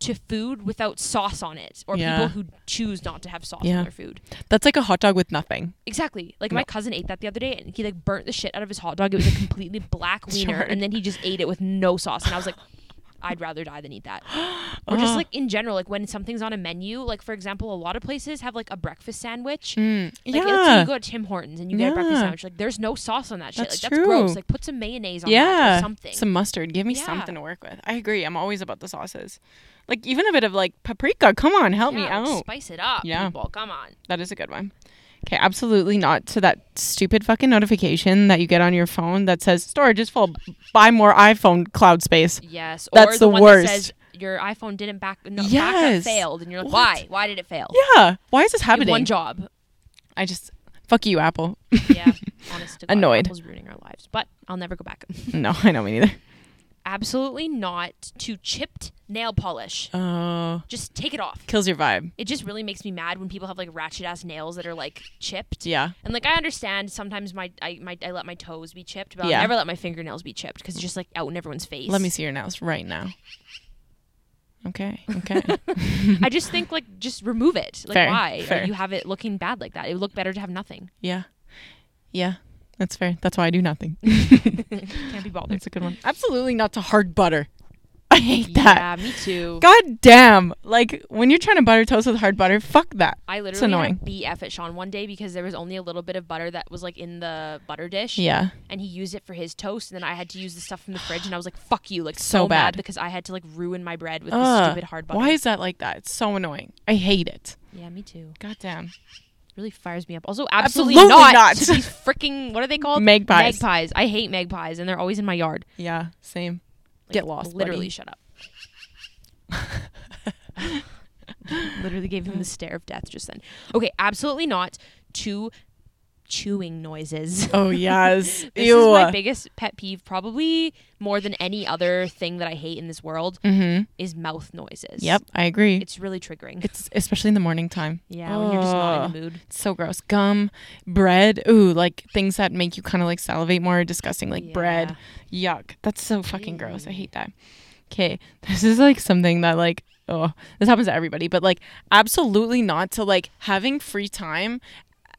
Speaker 3: to food without sauce on it or
Speaker 2: Yeah.
Speaker 3: people who choose not to have sauce
Speaker 2: Yeah.
Speaker 3: on their food.
Speaker 2: That's like a hot dog with nothing.
Speaker 3: Exactly. Like
Speaker 2: No.
Speaker 3: my cousin ate that the other day and he like burnt the shit out of his hot dog. It was a completely black wiener
Speaker 2: Sure.
Speaker 3: and then he just ate it with no sauce and I was like I'd rather die than eat that. Or just
Speaker 2: Ah.
Speaker 3: like in general, like when something's on a menu, like for example, a lot of places have like a breakfast sandwich.
Speaker 2: mm,
Speaker 3: Like let's say you go to Tim Hortons and you get a breakfast
Speaker 2: Hmm. Yeah.
Speaker 3: sandwich, like there's no sauce on that shit.
Speaker 2: That's
Speaker 3: like that's gross.
Speaker 2: true.
Speaker 3: Like put some mayonnaise on that
Speaker 2: yeah
Speaker 3: or something.
Speaker 2: some mustard give me
Speaker 3: Yeah.
Speaker 2: something to work with i agree i'm always about the sauces like even a bit of like paprika come on help me
Speaker 3: Yeah, like,
Speaker 2: out
Speaker 3: Spice it up,
Speaker 2: Yeah.
Speaker 3: people. Come on.
Speaker 2: that is a good one okay absolutely not to that stupid fucking notification that you get on your phone that says storage is full buy more iphone cloud space
Speaker 3: Yes,
Speaker 2: That's
Speaker 3: or the,
Speaker 2: the
Speaker 3: one
Speaker 2: worst.
Speaker 3: That says your iPhone didn't back no, backup
Speaker 2: Yes.
Speaker 3: failed, and you're like,
Speaker 2: What?
Speaker 3: why? Why did it fail?
Speaker 2: yeah why is this
Speaker 3: You have
Speaker 2: happening
Speaker 3: one job.
Speaker 2: i just fuck you apple
Speaker 3: Yeah, honest to God,
Speaker 2: Annoyed.
Speaker 3: Apple's ruining our lives, but I'll never go back.
Speaker 2: no i know me neither
Speaker 3: absolutely not to chipped nail polish.
Speaker 2: Oh,
Speaker 3: Just take it off.
Speaker 2: kills your vibe.
Speaker 3: It just really makes me mad when people have like ratchet ass nails that are like chipped.
Speaker 2: Yeah.
Speaker 3: And like I understand sometimes my I my I let my toes be chipped, but
Speaker 2: Yeah.
Speaker 3: I'll never let my fingernails be chipped because it's just like out in everyone's face.
Speaker 2: Let me see your nails right now. Okay. Okay.
Speaker 3: I just think like just remove it. Like
Speaker 2: Fair,
Speaker 3: why?
Speaker 2: fair.
Speaker 3: Or you have it looking bad like that. It would look better to have nothing.
Speaker 2: yeah. Yeah. That's fair. That's why I do nothing.
Speaker 3: Can't be bothered.
Speaker 2: That's a good one. Absolutely not to hard butter. I hate that.
Speaker 3: Yeah, me too.
Speaker 2: God damn. Like when you're trying to butter toast with hard butter, fuck that.
Speaker 3: I
Speaker 2: It's
Speaker 3: literally
Speaker 2: annoying.
Speaker 3: had a BF at Sean one day because there was only a little bit of butter that was like in the butter dish.
Speaker 2: Yeah.
Speaker 3: And he used it for his toast, and then I had to use the stuff from the fridge, and I was like, "Fuck you!" Like
Speaker 2: So
Speaker 3: so, mad
Speaker 2: bad.
Speaker 3: because I had to like ruin my bread with
Speaker 2: Ugh.
Speaker 3: this stupid hard butter.
Speaker 2: Why is that like that? It's so annoying. I hate it.
Speaker 3: Yeah, me too.
Speaker 2: God damn.
Speaker 3: Really fires me up. Also, absolutely,
Speaker 2: Absolutely
Speaker 3: not.
Speaker 2: not.
Speaker 3: to These freaking what are they called?
Speaker 2: Magpies.
Speaker 3: Magpies. I hate magpies, and they're always in my yard.
Speaker 2: Yeah. Same.
Speaker 3: Like,
Speaker 2: Get lost.
Speaker 3: Literally,
Speaker 2: buddy.
Speaker 3: shut up. literally gave him the stare of death just then. Okay, absolutely not to chewing noises.
Speaker 2: Oh yes.
Speaker 3: This
Speaker 2: Ew.
Speaker 3: is my biggest pet peeve, probably more than any other thing that I hate in this world,
Speaker 2: mm-hmm.
Speaker 3: is mouth noises.
Speaker 2: Yep. I agree.
Speaker 3: It's really triggering.
Speaker 2: It's especially in the morning time.
Speaker 3: yeah, when you're just not in
Speaker 2: Ugh.
Speaker 3: the mood.
Speaker 2: It's so gross. Gum, bread. Ooh, like things that make you kind of like salivate more. are Disgusting, like bread. Yuck. That's so fucking gross. I hate that. Okay, this is like something that like oh this happens to everybody, but like absolutely not to like having free time.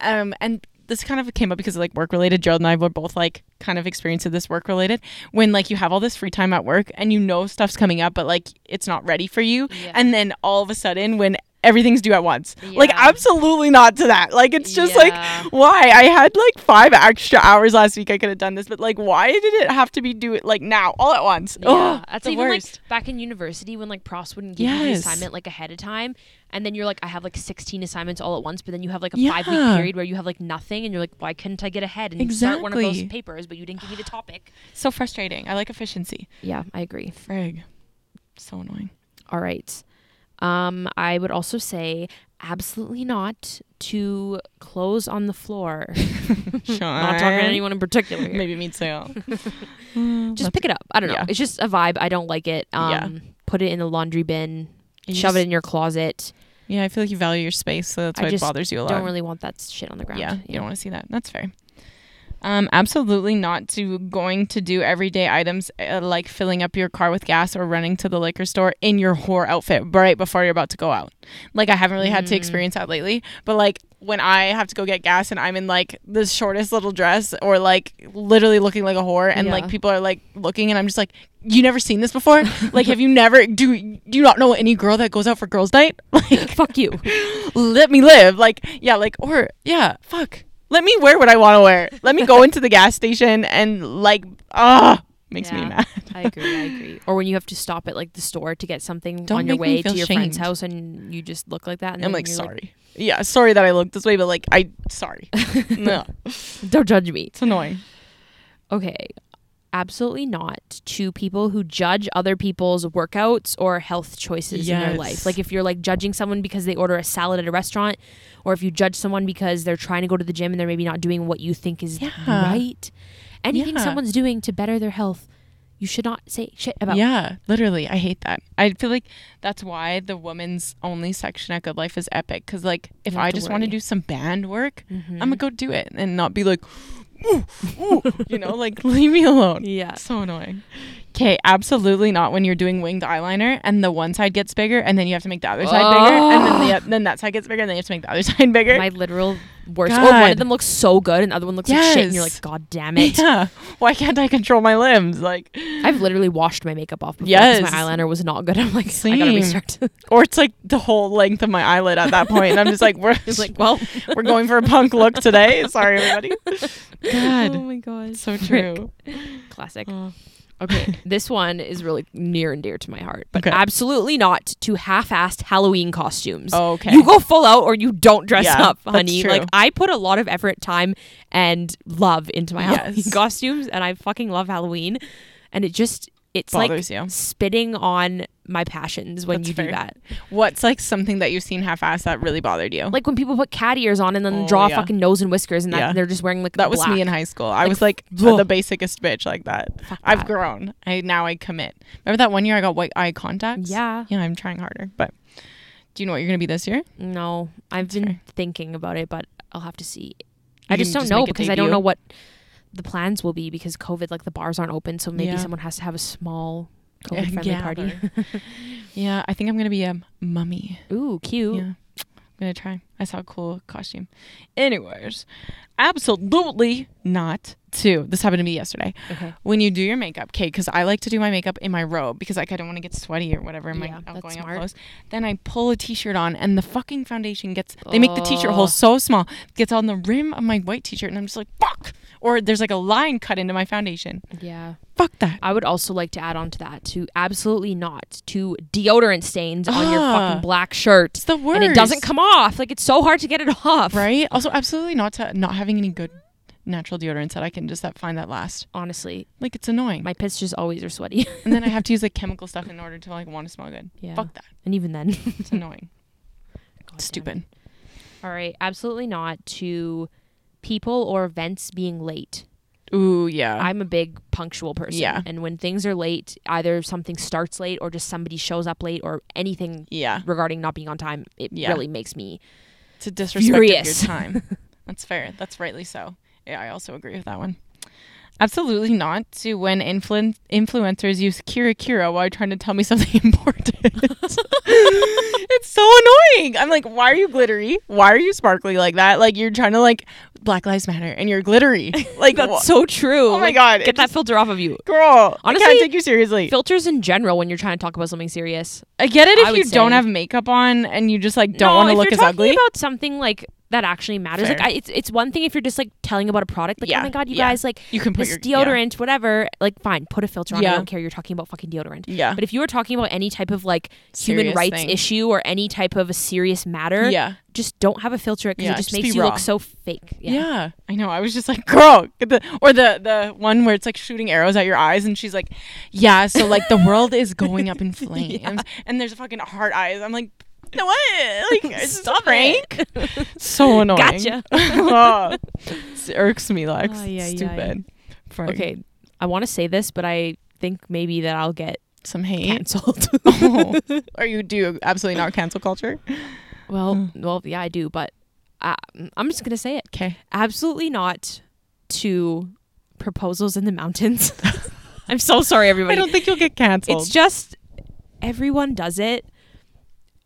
Speaker 2: Um, and this kind of came up because of like work related. Gerald and I were both like kind of experienced this work related when like you have all this free time at work and you know stuff's coming up, but like it's not ready for you,
Speaker 3: Yeah.
Speaker 2: and then all of a sudden when everything's due at once, like
Speaker 3: Yeah.
Speaker 2: absolutely not to that. Like it's just
Speaker 3: Yeah.
Speaker 2: like why I had like five extra hours last week. I could have done this, but like why did it have to be do it like now all at once?
Speaker 3: Yeah,
Speaker 2: Ugh,
Speaker 3: that's
Speaker 2: the
Speaker 3: even
Speaker 2: worst.
Speaker 3: like back in university when like profs wouldn't give you
Speaker 2: Yes.
Speaker 3: the assignment like ahead of time, and then you're like, I have like 16 assignments all at once, but then you have like a
Speaker 2: Yeah.
Speaker 3: five week period where you have like nothing, and you're like, why couldn't I get ahead and start one of those
Speaker 2: Exactly.
Speaker 3: papers, but you didn't give me the topic?
Speaker 2: so frustrating. I like efficiency.
Speaker 3: Yeah, I agree.
Speaker 2: Frig. So annoying.
Speaker 3: All right. Um, I would also say absolutely not to clothes on the floor.
Speaker 2: Sean.
Speaker 3: Not talking to anyone in particular. here.
Speaker 2: Maybe me too.
Speaker 3: Just pick it up. I don't know.
Speaker 2: Yeah.
Speaker 3: It's just a vibe. I don't like it. Um,
Speaker 2: Yeah.
Speaker 3: Put it in the laundry bin.
Speaker 2: You
Speaker 3: shove
Speaker 2: just-
Speaker 3: it in your closet.
Speaker 2: Yeah, I feel like you value your space, so that's
Speaker 3: I
Speaker 2: why it
Speaker 3: just
Speaker 2: bothers you a lot.
Speaker 3: Don't really want that shit on the ground.
Speaker 2: Yeah, you don't want to see that. That's fair. Um, absolutely not to going to do everyday items uh, like filling up your car with gas or running to the liquor store in your whore outfit right before you're about to go out. Like I haven't really
Speaker 3: Mm.
Speaker 2: had to experience that lately, but like when I have to go get gas and I'm in like the shortest little dress or like literally looking like a whore and like
Speaker 3: Yeah.
Speaker 2: people are like looking and I'm just like, you never seen this before? like have you never do do you not know any girl that goes out for girls night? Like
Speaker 3: Fuck you.
Speaker 2: let me live. Like, yeah, like, or, yeah, fuck. Let me wear what I want to wear. Let me go into the gas station and, like, ah, makes me
Speaker 3: Yeah.
Speaker 2: mad.
Speaker 3: I agree. I agree. Or when you have to stop at like the store to get something
Speaker 2: Don't
Speaker 3: on your
Speaker 2: make me
Speaker 3: way
Speaker 2: feel
Speaker 3: to your friend's
Speaker 2: shamed.
Speaker 3: house, and you just look like that. And
Speaker 2: I'm
Speaker 3: then
Speaker 2: like,
Speaker 3: you're
Speaker 2: sorry. yeah, sorry that I looked this way, but, like, I, sorry. no,
Speaker 3: Don't judge me.
Speaker 2: it's annoying.
Speaker 3: Okay. Absolutely not to people who judge other people's workouts or health choices in
Speaker 2: Yes.
Speaker 3: their life. Like if you're like judging someone because they order a salad at a restaurant or if you judge someone because they're trying to go to the gym and they're maybe not doing what you think is
Speaker 2: Yeah.
Speaker 3: right. Anything
Speaker 2: Yeah.
Speaker 3: someone's doing to better their health, you should not say shit about.
Speaker 2: Yeah, literally. I hate that. I feel like that's why the women's only section at Good Life is epic. Cause, like, if
Speaker 3: don't have
Speaker 2: I
Speaker 3: to
Speaker 2: just want to
Speaker 3: worry. Mm-hmm.
Speaker 2: do some band work, I'm gonna go do it and not be like, ooh, ooh, you know, like, leave me alone.
Speaker 3: Yeah.
Speaker 2: So annoying. Okay, absolutely not when you're doing winged eyeliner and the one side gets bigger and then you have to make the other side bigger and then the, then that side gets bigger and then you have to make the other side bigger.
Speaker 3: Oh. My literal worst. Or one
Speaker 2: God.
Speaker 3: of them looks so good and the other one looks like shit and you're
Speaker 2: Yes.
Speaker 3: like god damn it.
Speaker 2: yeah. Why can't I control my limbs? Like
Speaker 3: I've literally washed my makeup off before because
Speaker 2: Yes.
Speaker 3: my eyeliner was not good. I'm like I got
Speaker 2: Same.
Speaker 3: to restart.
Speaker 2: or it's like the whole length of my eyelid at that point and I'm just like we're
Speaker 3: it's like, well,
Speaker 2: we're going for a punk look today. Sorry everybody. God.
Speaker 3: Oh my god.
Speaker 2: So true.
Speaker 3: Classic.
Speaker 2: Oh.
Speaker 3: Okay, this one is really near and dear to my heart, but
Speaker 2: Okay.
Speaker 3: absolutely not to half-assed Halloween costumes.
Speaker 2: Oh, Okay.
Speaker 3: You go full out or you don't dress
Speaker 2: Yeah,
Speaker 3: up,
Speaker 2: that's
Speaker 3: honey.
Speaker 2: true.
Speaker 3: Like I put a lot of effort, time, and love into my
Speaker 2: Yes.
Speaker 3: Halloween costumes, and I fucking love Halloween, and it just it's
Speaker 2: bothers
Speaker 3: like
Speaker 2: you.
Speaker 3: spitting on my passions when
Speaker 2: That's
Speaker 3: you
Speaker 2: fair.
Speaker 3: do that.
Speaker 2: What's like something that you've seen half-assed that really bothered you?
Speaker 3: Like when people put cat ears on and then
Speaker 2: Oh,
Speaker 3: draw
Speaker 2: yeah.
Speaker 3: a fucking nose and whiskers and that
Speaker 2: Yeah.
Speaker 3: they're just wearing like
Speaker 2: that was
Speaker 3: black.
Speaker 2: me in high school. I was like
Speaker 3: ugh.
Speaker 2: the basicest bitch like that. I've
Speaker 3: that.
Speaker 2: grown. I now I commit. Remember that one year I got white eye contacts?
Speaker 3: Yeah.
Speaker 2: Yeah, I'm trying harder. But do you know what you're gonna be this year?
Speaker 3: No, I've
Speaker 2: That's
Speaker 3: been
Speaker 2: fair.
Speaker 3: thinking about it, but I'll have to see.
Speaker 2: You
Speaker 3: I just
Speaker 2: can
Speaker 3: don't
Speaker 2: just
Speaker 3: know
Speaker 2: make a
Speaker 3: because I don't
Speaker 2: debut.
Speaker 3: know what the plans will be because COVID, like the bars aren't open, so maybe
Speaker 2: Yeah.
Speaker 3: someone has to have a small COVID friendly party.
Speaker 2: yeah, I think I'm gonna be a mummy.
Speaker 3: Ooh, cute.
Speaker 2: Yeah. I'm gonna try. I saw a cool costume. Anyways, absolutely not too. This happened to me yesterday.
Speaker 3: Okay.
Speaker 2: When you do your makeup, Kate, because I like to do my makeup in my robe because like I don't want to get sweaty or whatever in my
Speaker 3: Yeah,
Speaker 2: out-
Speaker 3: that's
Speaker 2: going
Speaker 3: smart.
Speaker 2: up close. Then I pull a t-shirt on and the fucking foundation gets they make the t-shirt hole
Speaker 3: Ugh.
Speaker 2: so small it gets on the rim of my white t-shirt and I'm just like fuck or there's like a line cut into my foundation.
Speaker 3: Yeah.
Speaker 2: Fuck that.
Speaker 3: I would also like to add on to that to absolutely not to deodorant stains on your
Speaker 2: Ah.
Speaker 3: fucking black shirt.
Speaker 2: It's the worst.
Speaker 3: And it doesn't come off. Like it's so hard to get it off.
Speaker 2: right. Also, absolutely not to not having any good natural deodorants that I can just that find that last.
Speaker 3: Honestly,
Speaker 2: Like it's annoying.
Speaker 3: my pits just always are sweaty.
Speaker 2: and then I have to use like chemical stuff in order to like want to smell good.
Speaker 3: Yeah.
Speaker 2: Fuck that.
Speaker 3: and even then.
Speaker 2: It's annoying.
Speaker 3: God damn it.
Speaker 2: Stupid.
Speaker 3: All right, absolutely not to people or events being late.
Speaker 2: Ooh yeah.
Speaker 3: I'm a big punctual person.
Speaker 2: Yeah.
Speaker 3: And when things are late, either something starts late or just somebody shows up late or anything
Speaker 2: yeah.
Speaker 3: regarding not being on time, it
Speaker 2: Yeah.
Speaker 3: really makes me.
Speaker 2: to disrespect of your
Speaker 3: Furious.
Speaker 2: time. That's fair. That's rightly so. Yeah, I also agree with that one. Absolutely not to when influen- influencers use Kira Kira while trying to tell me something important. it's so annoying. I'm like, why are you glittery? Why are you sparkly like that? Like you're trying to like Black Lives Matter and you're glittery. Like wha-
Speaker 3: so true.
Speaker 2: Oh my God,
Speaker 3: Get
Speaker 2: it
Speaker 3: that filter off of you.
Speaker 2: girl. I
Speaker 3: Honestly,
Speaker 2: can't take you seriously.
Speaker 3: Filters in general when you're trying to talk about something serious.
Speaker 2: I get it
Speaker 3: I
Speaker 2: if you
Speaker 3: would
Speaker 2: don't
Speaker 3: say-
Speaker 2: have makeup on and you just like don't
Speaker 3: No,
Speaker 2: want to
Speaker 3: if
Speaker 2: look
Speaker 3: you're
Speaker 2: as
Speaker 3: talking
Speaker 2: ugly.
Speaker 3: about something like that actually matters.
Speaker 2: Fair.
Speaker 3: Like I, it's it's one thing if you're just like telling about a product. Like
Speaker 2: Yeah,
Speaker 3: oh my god, you
Speaker 2: yeah.
Speaker 3: guys like
Speaker 2: you can put
Speaker 3: this
Speaker 2: your yeah.
Speaker 3: deodorant, whatever. Like fine, put a filter on.
Speaker 2: Yeah.
Speaker 3: I don't care. You're talking about fucking deodorant.
Speaker 2: Yeah.
Speaker 3: But if you were talking about any type of like human
Speaker 2: Serious
Speaker 3: rights
Speaker 2: thing.
Speaker 3: issue or any type of a serious matter,
Speaker 2: yeah.
Speaker 3: just don't have a filter because
Speaker 2: Yeah,
Speaker 3: it just,
Speaker 2: just
Speaker 3: makes
Speaker 2: be
Speaker 3: you
Speaker 2: raw.
Speaker 3: look so fake.
Speaker 2: Yeah. I know. I was just like, girl, get the or the the one where it's like shooting arrows at your eyes, and she's like, yeah, so like the world is going up in flames, and there's fucking heart eyes. I'm like, no what? Like, stop prank. so annoying.
Speaker 3: Gotcha. Oh,
Speaker 2: Oh, it irks me, Lex.
Speaker 3: Ay, ay,
Speaker 2: Stupid. Frank.
Speaker 3: Okay. I want to say this, but I think maybe that I'll get
Speaker 2: Some hate.
Speaker 3: canceled.
Speaker 2: oh. Are you do you absolutely not cancel culture?
Speaker 3: well, well, yeah, I do, but I, I'm just gonna say it.
Speaker 2: Okay.
Speaker 3: Absolutely not to proposals in the mountains. I'm so sorry, everybody.
Speaker 2: I don't think you'll get canceled.
Speaker 3: It's just everyone does it.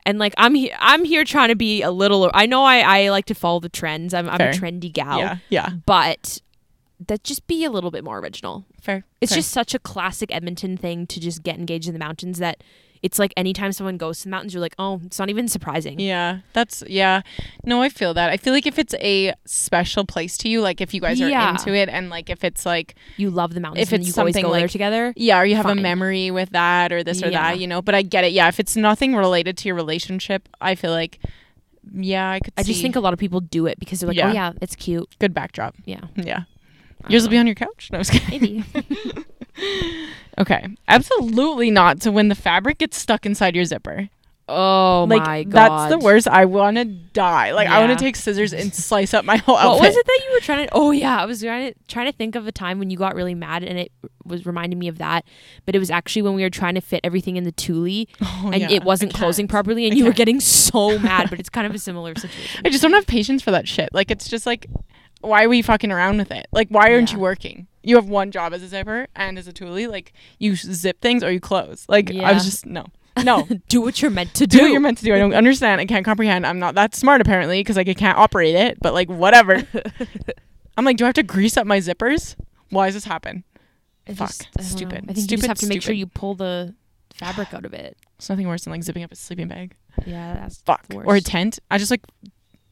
Speaker 3: And like I'm he- I'm here trying to be a little I know I, I like to follow the trends. I'm I'm
Speaker 2: Fair.
Speaker 3: a trendy gal.
Speaker 2: yeah, yeah,
Speaker 3: But that just be a little bit more original.
Speaker 2: fair.
Speaker 3: It's
Speaker 2: fair.
Speaker 3: just such a classic Edmonton thing to just get engaged in the mountains that it's like anytime someone goes to the mountains you're like, "Oh, it's not even surprising."
Speaker 2: Yeah, that's yeah. No, I feel that. I feel like if it's a special place to you, like if you guys are
Speaker 3: Yeah.
Speaker 2: into it, and like if it's like
Speaker 3: You love the mountains
Speaker 2: If
Speaker 3: and
Speaker 2: it's
Speaker 3: you always
Speaker 2: something
Speaker 3: go there
Speaker 2: like-
Speaker 3: together.
Speaker 2: yeah, or you have a
Speaker 3: Fine.
Speaker 2: memory with that or this or
Speaker 3: Yeah.
Speaker 2: that, you know. But I get it. Yeah, if it's nothing related to your relationship, I feel like yeah, I could.
Speaker 3: I just
Speaker 2: see.
Speaker 3: think a lot of people do it because they're like,
Speaker 2: Yeah.
Speaker 3: "Oh yeah, it's cute."
Speaker 2: good backdrop.
Speaker 3: Yeah.
Speaker 2: Yeah, yours will be on your couch. No, I was kidding.
Speaker 3: Maybe.
Speaker 2: Okay, absolutely not to when the fabric gets stuck inside your zipper.
Speaker 3: oh
Speaker 2: like
Speaker 3: my god.
Speaker 2: that's the worst. I want to die. Like I want
Speaker 3: Yeah.
Speaker 2: to take scissors and slice up my whole outfit.
Speaker 3: What was it that you were trying to? Oh yeah, I was trying to trying to think of a time when you got really mad, and it was reminding me of that. But it was actually when we were trying to fit everything in the tule,
Speaker 2: Oh,
Speaker 3: and
Speaker 2: yeah.
Speaker 3: it wasn't
Speaker 2: I can't.
Speaker 3: closing properly, and
Speaker 2: I
Speaker 3: you were
Speaker 2: can't.
Speaker 3: getting so mad. But it's kind of a similar situation.
Speaker 2: I just don't have patience for that shit. Like it's just like, why are we fucking around with it? Like why aren't
Speaker 3: Yeah.
Speaker 2: you working? You have one job as a zipper and as a toolie. Like you sh- zip things or you close. Like I
Speaker 3: Yeah.
Speaker 2: was just no, no.
Speaker 3: do what you're meant to
Speaker 2: Do
Speaker 3: do.
Speaker 2: what you're meant to do. I don't understand. I can't comprehend. I'm not that smart apparently because like I can't operate it. But like whatever. I'm like, do I have to grease up my zippers? Why does this happen?
Speaker 3: I
Speaker 2: Fuck.
Speaker 3: just- I don't know.
Speaker 2: Stupid.
Speaker 3: I think you
Speaker 2: Stupid,
Speaker 3: just have to make sure
Speaker 2: stupid.
Speaker 3: you pull the fabric out of it.
Speaker 2: It's nothing worse than like zipping up a sleeping bag.
Speaker 3: Yeah, that's
Speaker 2: Fuck.
Speaker 3: The worst.
Speaker 2: Or a tent. I just like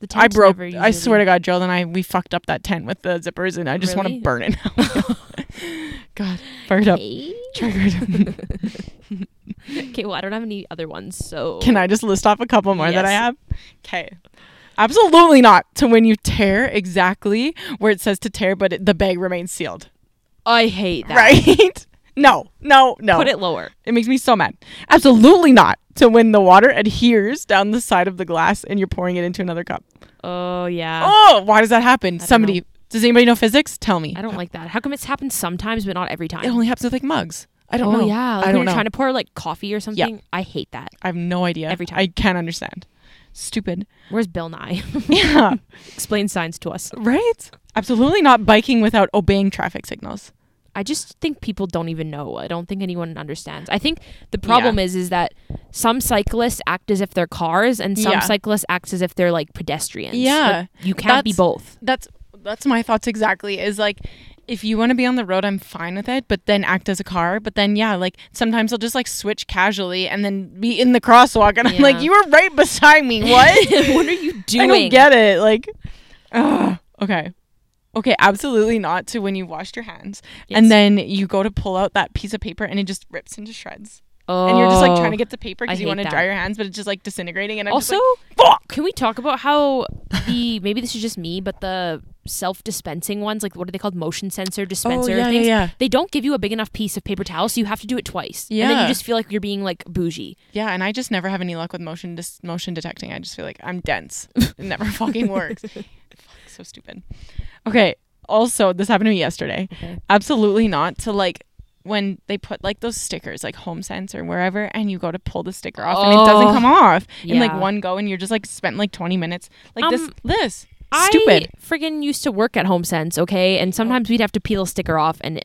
Speaker 3: The
Speaker 2: I
Speaker 3: tent's
Speaker 2: broke.
Speaker 3: never
Speaker 2: I swear
Speaker 3: usually-
Speaker 2: to God, Gerald and I we fucked up that tent with the zippers, and I just
Speaker 3: Really?
Speaker 2: want to burn it. now. God, fired up,
Speaker 3: Okay.
Speaker 2: triggered.
Speaker 3: okay, well, I don't have any other ones, so
Speaker 2: Can I just list off a couple more that I
Speaker 3: Yes.
Speaker 2: have? Okay. Absolutely not to when you tear exactly where it says to tear, but it, the bag remains sealed.
Speaker 3: I hate that.
Speaker 2: Right? No, no, no.
Speaker 3: Put it lower.
Speaker 2: It makes me so mad. Absolutely not. To when the water adheres down the side of the glass and you're pouring it into another cup.
Speaker 3: Oh yeah.
Speaker 2: Oh, why does that happen? Somebody, does anybody know physics? Tell me.
Speaker 3: I don't like that. How come it's happened sometimes but not every time?
Speaker 2: It only happens with like mugs. I don't
Speaker 3: oh
Speaker 2: know.
Speaker 3: yeah. Like
Speaker 2: I
Speaker 3: when
Speaker 2: don't
Speaker 3: you're
Speaker 2: know.
Speaker 3: trying to pour like coffee or something. I hate that.
Speaker 2: I have no idea.
Speaker 3: Every time.
Speaker 2: I can't understand. Stupid.
Speaker 3: Where's Bill Nye?
Speaker 2: Yeah.
Speaker 3: Explain science to us.
Speaker 2: right? Absolutely not biking without obeying traffic signals.
Speaker 3: I just think people don't even know. I don't think anyone understands. I think the problem is is that some cyclists act as if they're cars and some
Speaker 2: Yeah.
Speaker 3: cyclists act as if they're like pedestrians. Like,
Speaker 2: Yeah.
Speaker 3: you can't be
Speaker 2: That's-
Speaker 3: both.
Speaker 2: That's that's my thoughts exactly. Is like if you want to be on the road, I'm fine with it, but then act as a car. But then yeah, like sometimes I'll just like switch casually and then be in the crosswalk and I'm like,
Speaker 3: Yeah.
Speaker 2: You were right beside me. What?
Speaker 3: what are you doing?
Speaker 2: I don't get it. Like ugh. Okay. Okay, absolutely not to when you washed your hands
Speaker 3: Yes.
Speaker 2: and then you go to pull out that piece of paper and it just rips into shreds.
Speaker 3: oh.
Speaker 2: and you're just like trying to get the paper
Speaker 3: I
Speaker 2: because you
Speaker 3: hate
Speaker 2: want to
Speaker 3: that.
Speaker 2: dry your hands, but it's just like disintegrating. And I'm
Speaker 3: Oh. Also,
Speaker 2: just like, fuck.
Speaker 3: can we talk about how the maybe this is just me, but the self dispensing ones, like what are they called? Motion sensor dispenser
Speaker 2: Oh, yeah, yeah,
Speaker 3: things.
Speaker 2: yeah.
Speaker 3: They don't give you a big enough piece of paper towel, so you have to do it twice. And then
Speaker 2: Yeah.
Speaker 3: you just feel like you're being like bougie.
Speaker 2: Yeah, and I just never have any luck with motion dis- motion detecting. I just feel like I'm dense. It never fucking works. Fuck, so stupid. Okay. Also, this happened to me yesterday. Absolutely not to like when they put like those stickers, like home sense or wherever, and you go to pull the sticker off and it doesn't
Speaker 3: Oh,
Speaker 2: come off in like
Speaker 3: yeah.
Speaker 2: one go, and you're just like spent like 20 minutes like this.
Speaker 3: Um,
Speaker 2: This stupid.
Speaker 3: I friggin' used to work at HomeSense, okay? And sometimes we'd have to peel a sticker off and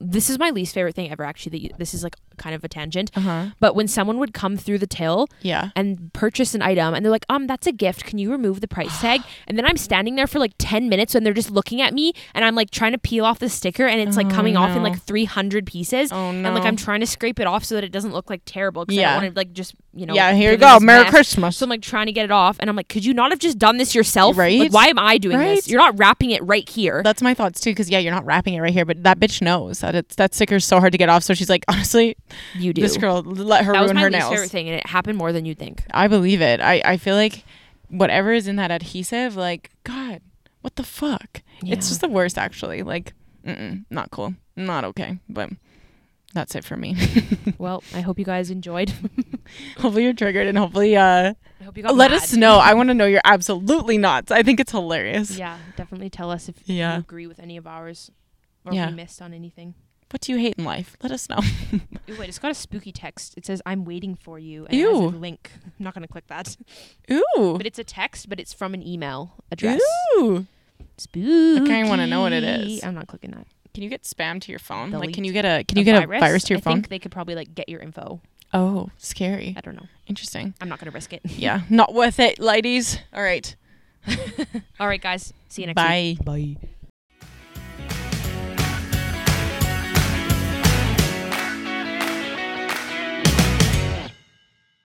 Speaker 3: this is my least favorite thing ever actually that you, this is like kind of a tangent.
Speaker 2: Uh huh.
Speaker 3: But when someone would come through the till
Speaker 2: Yeah.
Speaker 3: and purchase an item and they're like, um, that's a gift. Can you remove the price tag? And then I'm standing there for like 10 minutes and they're just looking at me and I'm like trying to peel off the sticker and it's like coming off in
Speaker 2: Oh, no.
Speaker 3: like 300 pieces.
Speaker 2: Oh,
Speaker 3: And like
Speaker 2: no.
Speaker 3: I'm trying to scrape it off so that it doesn't look like terrible because I
Speaker 2: Yeah.
Speaker 3: don't want to like just, you know.
Speaker 2: yeah. Here you
Speaker 3: give them
Speaker 2: go.
Speaker 3: this
Speaker 2: Merry
Speaker 3: mess.
Speaker 2: Christmas.
Speaker 3: So I'm like trying to get it off and I'm like, could you not have just done this yourself?
Speaker 2: Right?
Speaker 3: Like, why am I doing
Speaker 2: Right?
Speaker 3: this? You're not wrapping it right here.
Speaker 2: That's my thoughts too, because yeah, you're not wrapping it right here, but that bitch knows that it's that sticker's so hard to get off. So she's like, honestly,
Speaker 3: you do.
Speaker 2: this girl let her
Speaker 3: that was
Speaker 2: ruin
Speaker 3: my
Speaker 2: her
Speaker 3: least
Speaker 2: nails.
Speaker 3: favorite thing and it happened more than you'd think.
Speaker 2: I believe it. I I feel like whatever is in that adhesive, like God, what the fuck? It's just the worst, actually. Like, mm-mm, not cool, not okay. But that's it for me.
Speaker 3: Well, I hope you guys enjoyed.
Speaker 2: hopefully you're triggered, and hopefully uh,
Speaker 3: I hope you got
Speaker 2: let
Speaker 3: mad.
Speaker 2: us know. I want to know your absolutely nots. I think it's hilarious.
Speaker 3: Yeah, definitely tell us if
Speaker 2: Yeah.
Speaker 3: you agree with any of ours or
Speaker 2: Yeah.
Speaker 3: if we missed on anything.
Speaker 2: What do you hate in life? Let us know.
Speaker 3: Ooh, wait, it's got a spooky text. It says, I'm waiting for you. And it has a
Speaker 2: Ew.
Speaker 3: link. I'm not going to click that.
Speaker 2: Ooh.
Speaker 3: But it's a text, but it's from an email address.
Speaker 2: Ooh.
Speaker 3: Spooky.
Speaker 2: wanna know what it is.
Speaker 3: I'm not clicking that.
Speaker 2: Can you get spam to your phone? Like, can
Speaker 3: Delete.
Speaker 2: you get a can you get a virus to your
Speaker 3: I
Speaker 2: phone?
Speaker 3: think they could probably like get your info.
Speaker 2: Oh, scary.
Speaker 3: I don't know.
Speaker 2: Interesting.
Speaker 3: I'm not going to risk it.
Speaker 2: Yeah, not worth it, ladies. All right.
Speaker 3: All right, guys. See you next week.
Speaker 2: Bye. Bye.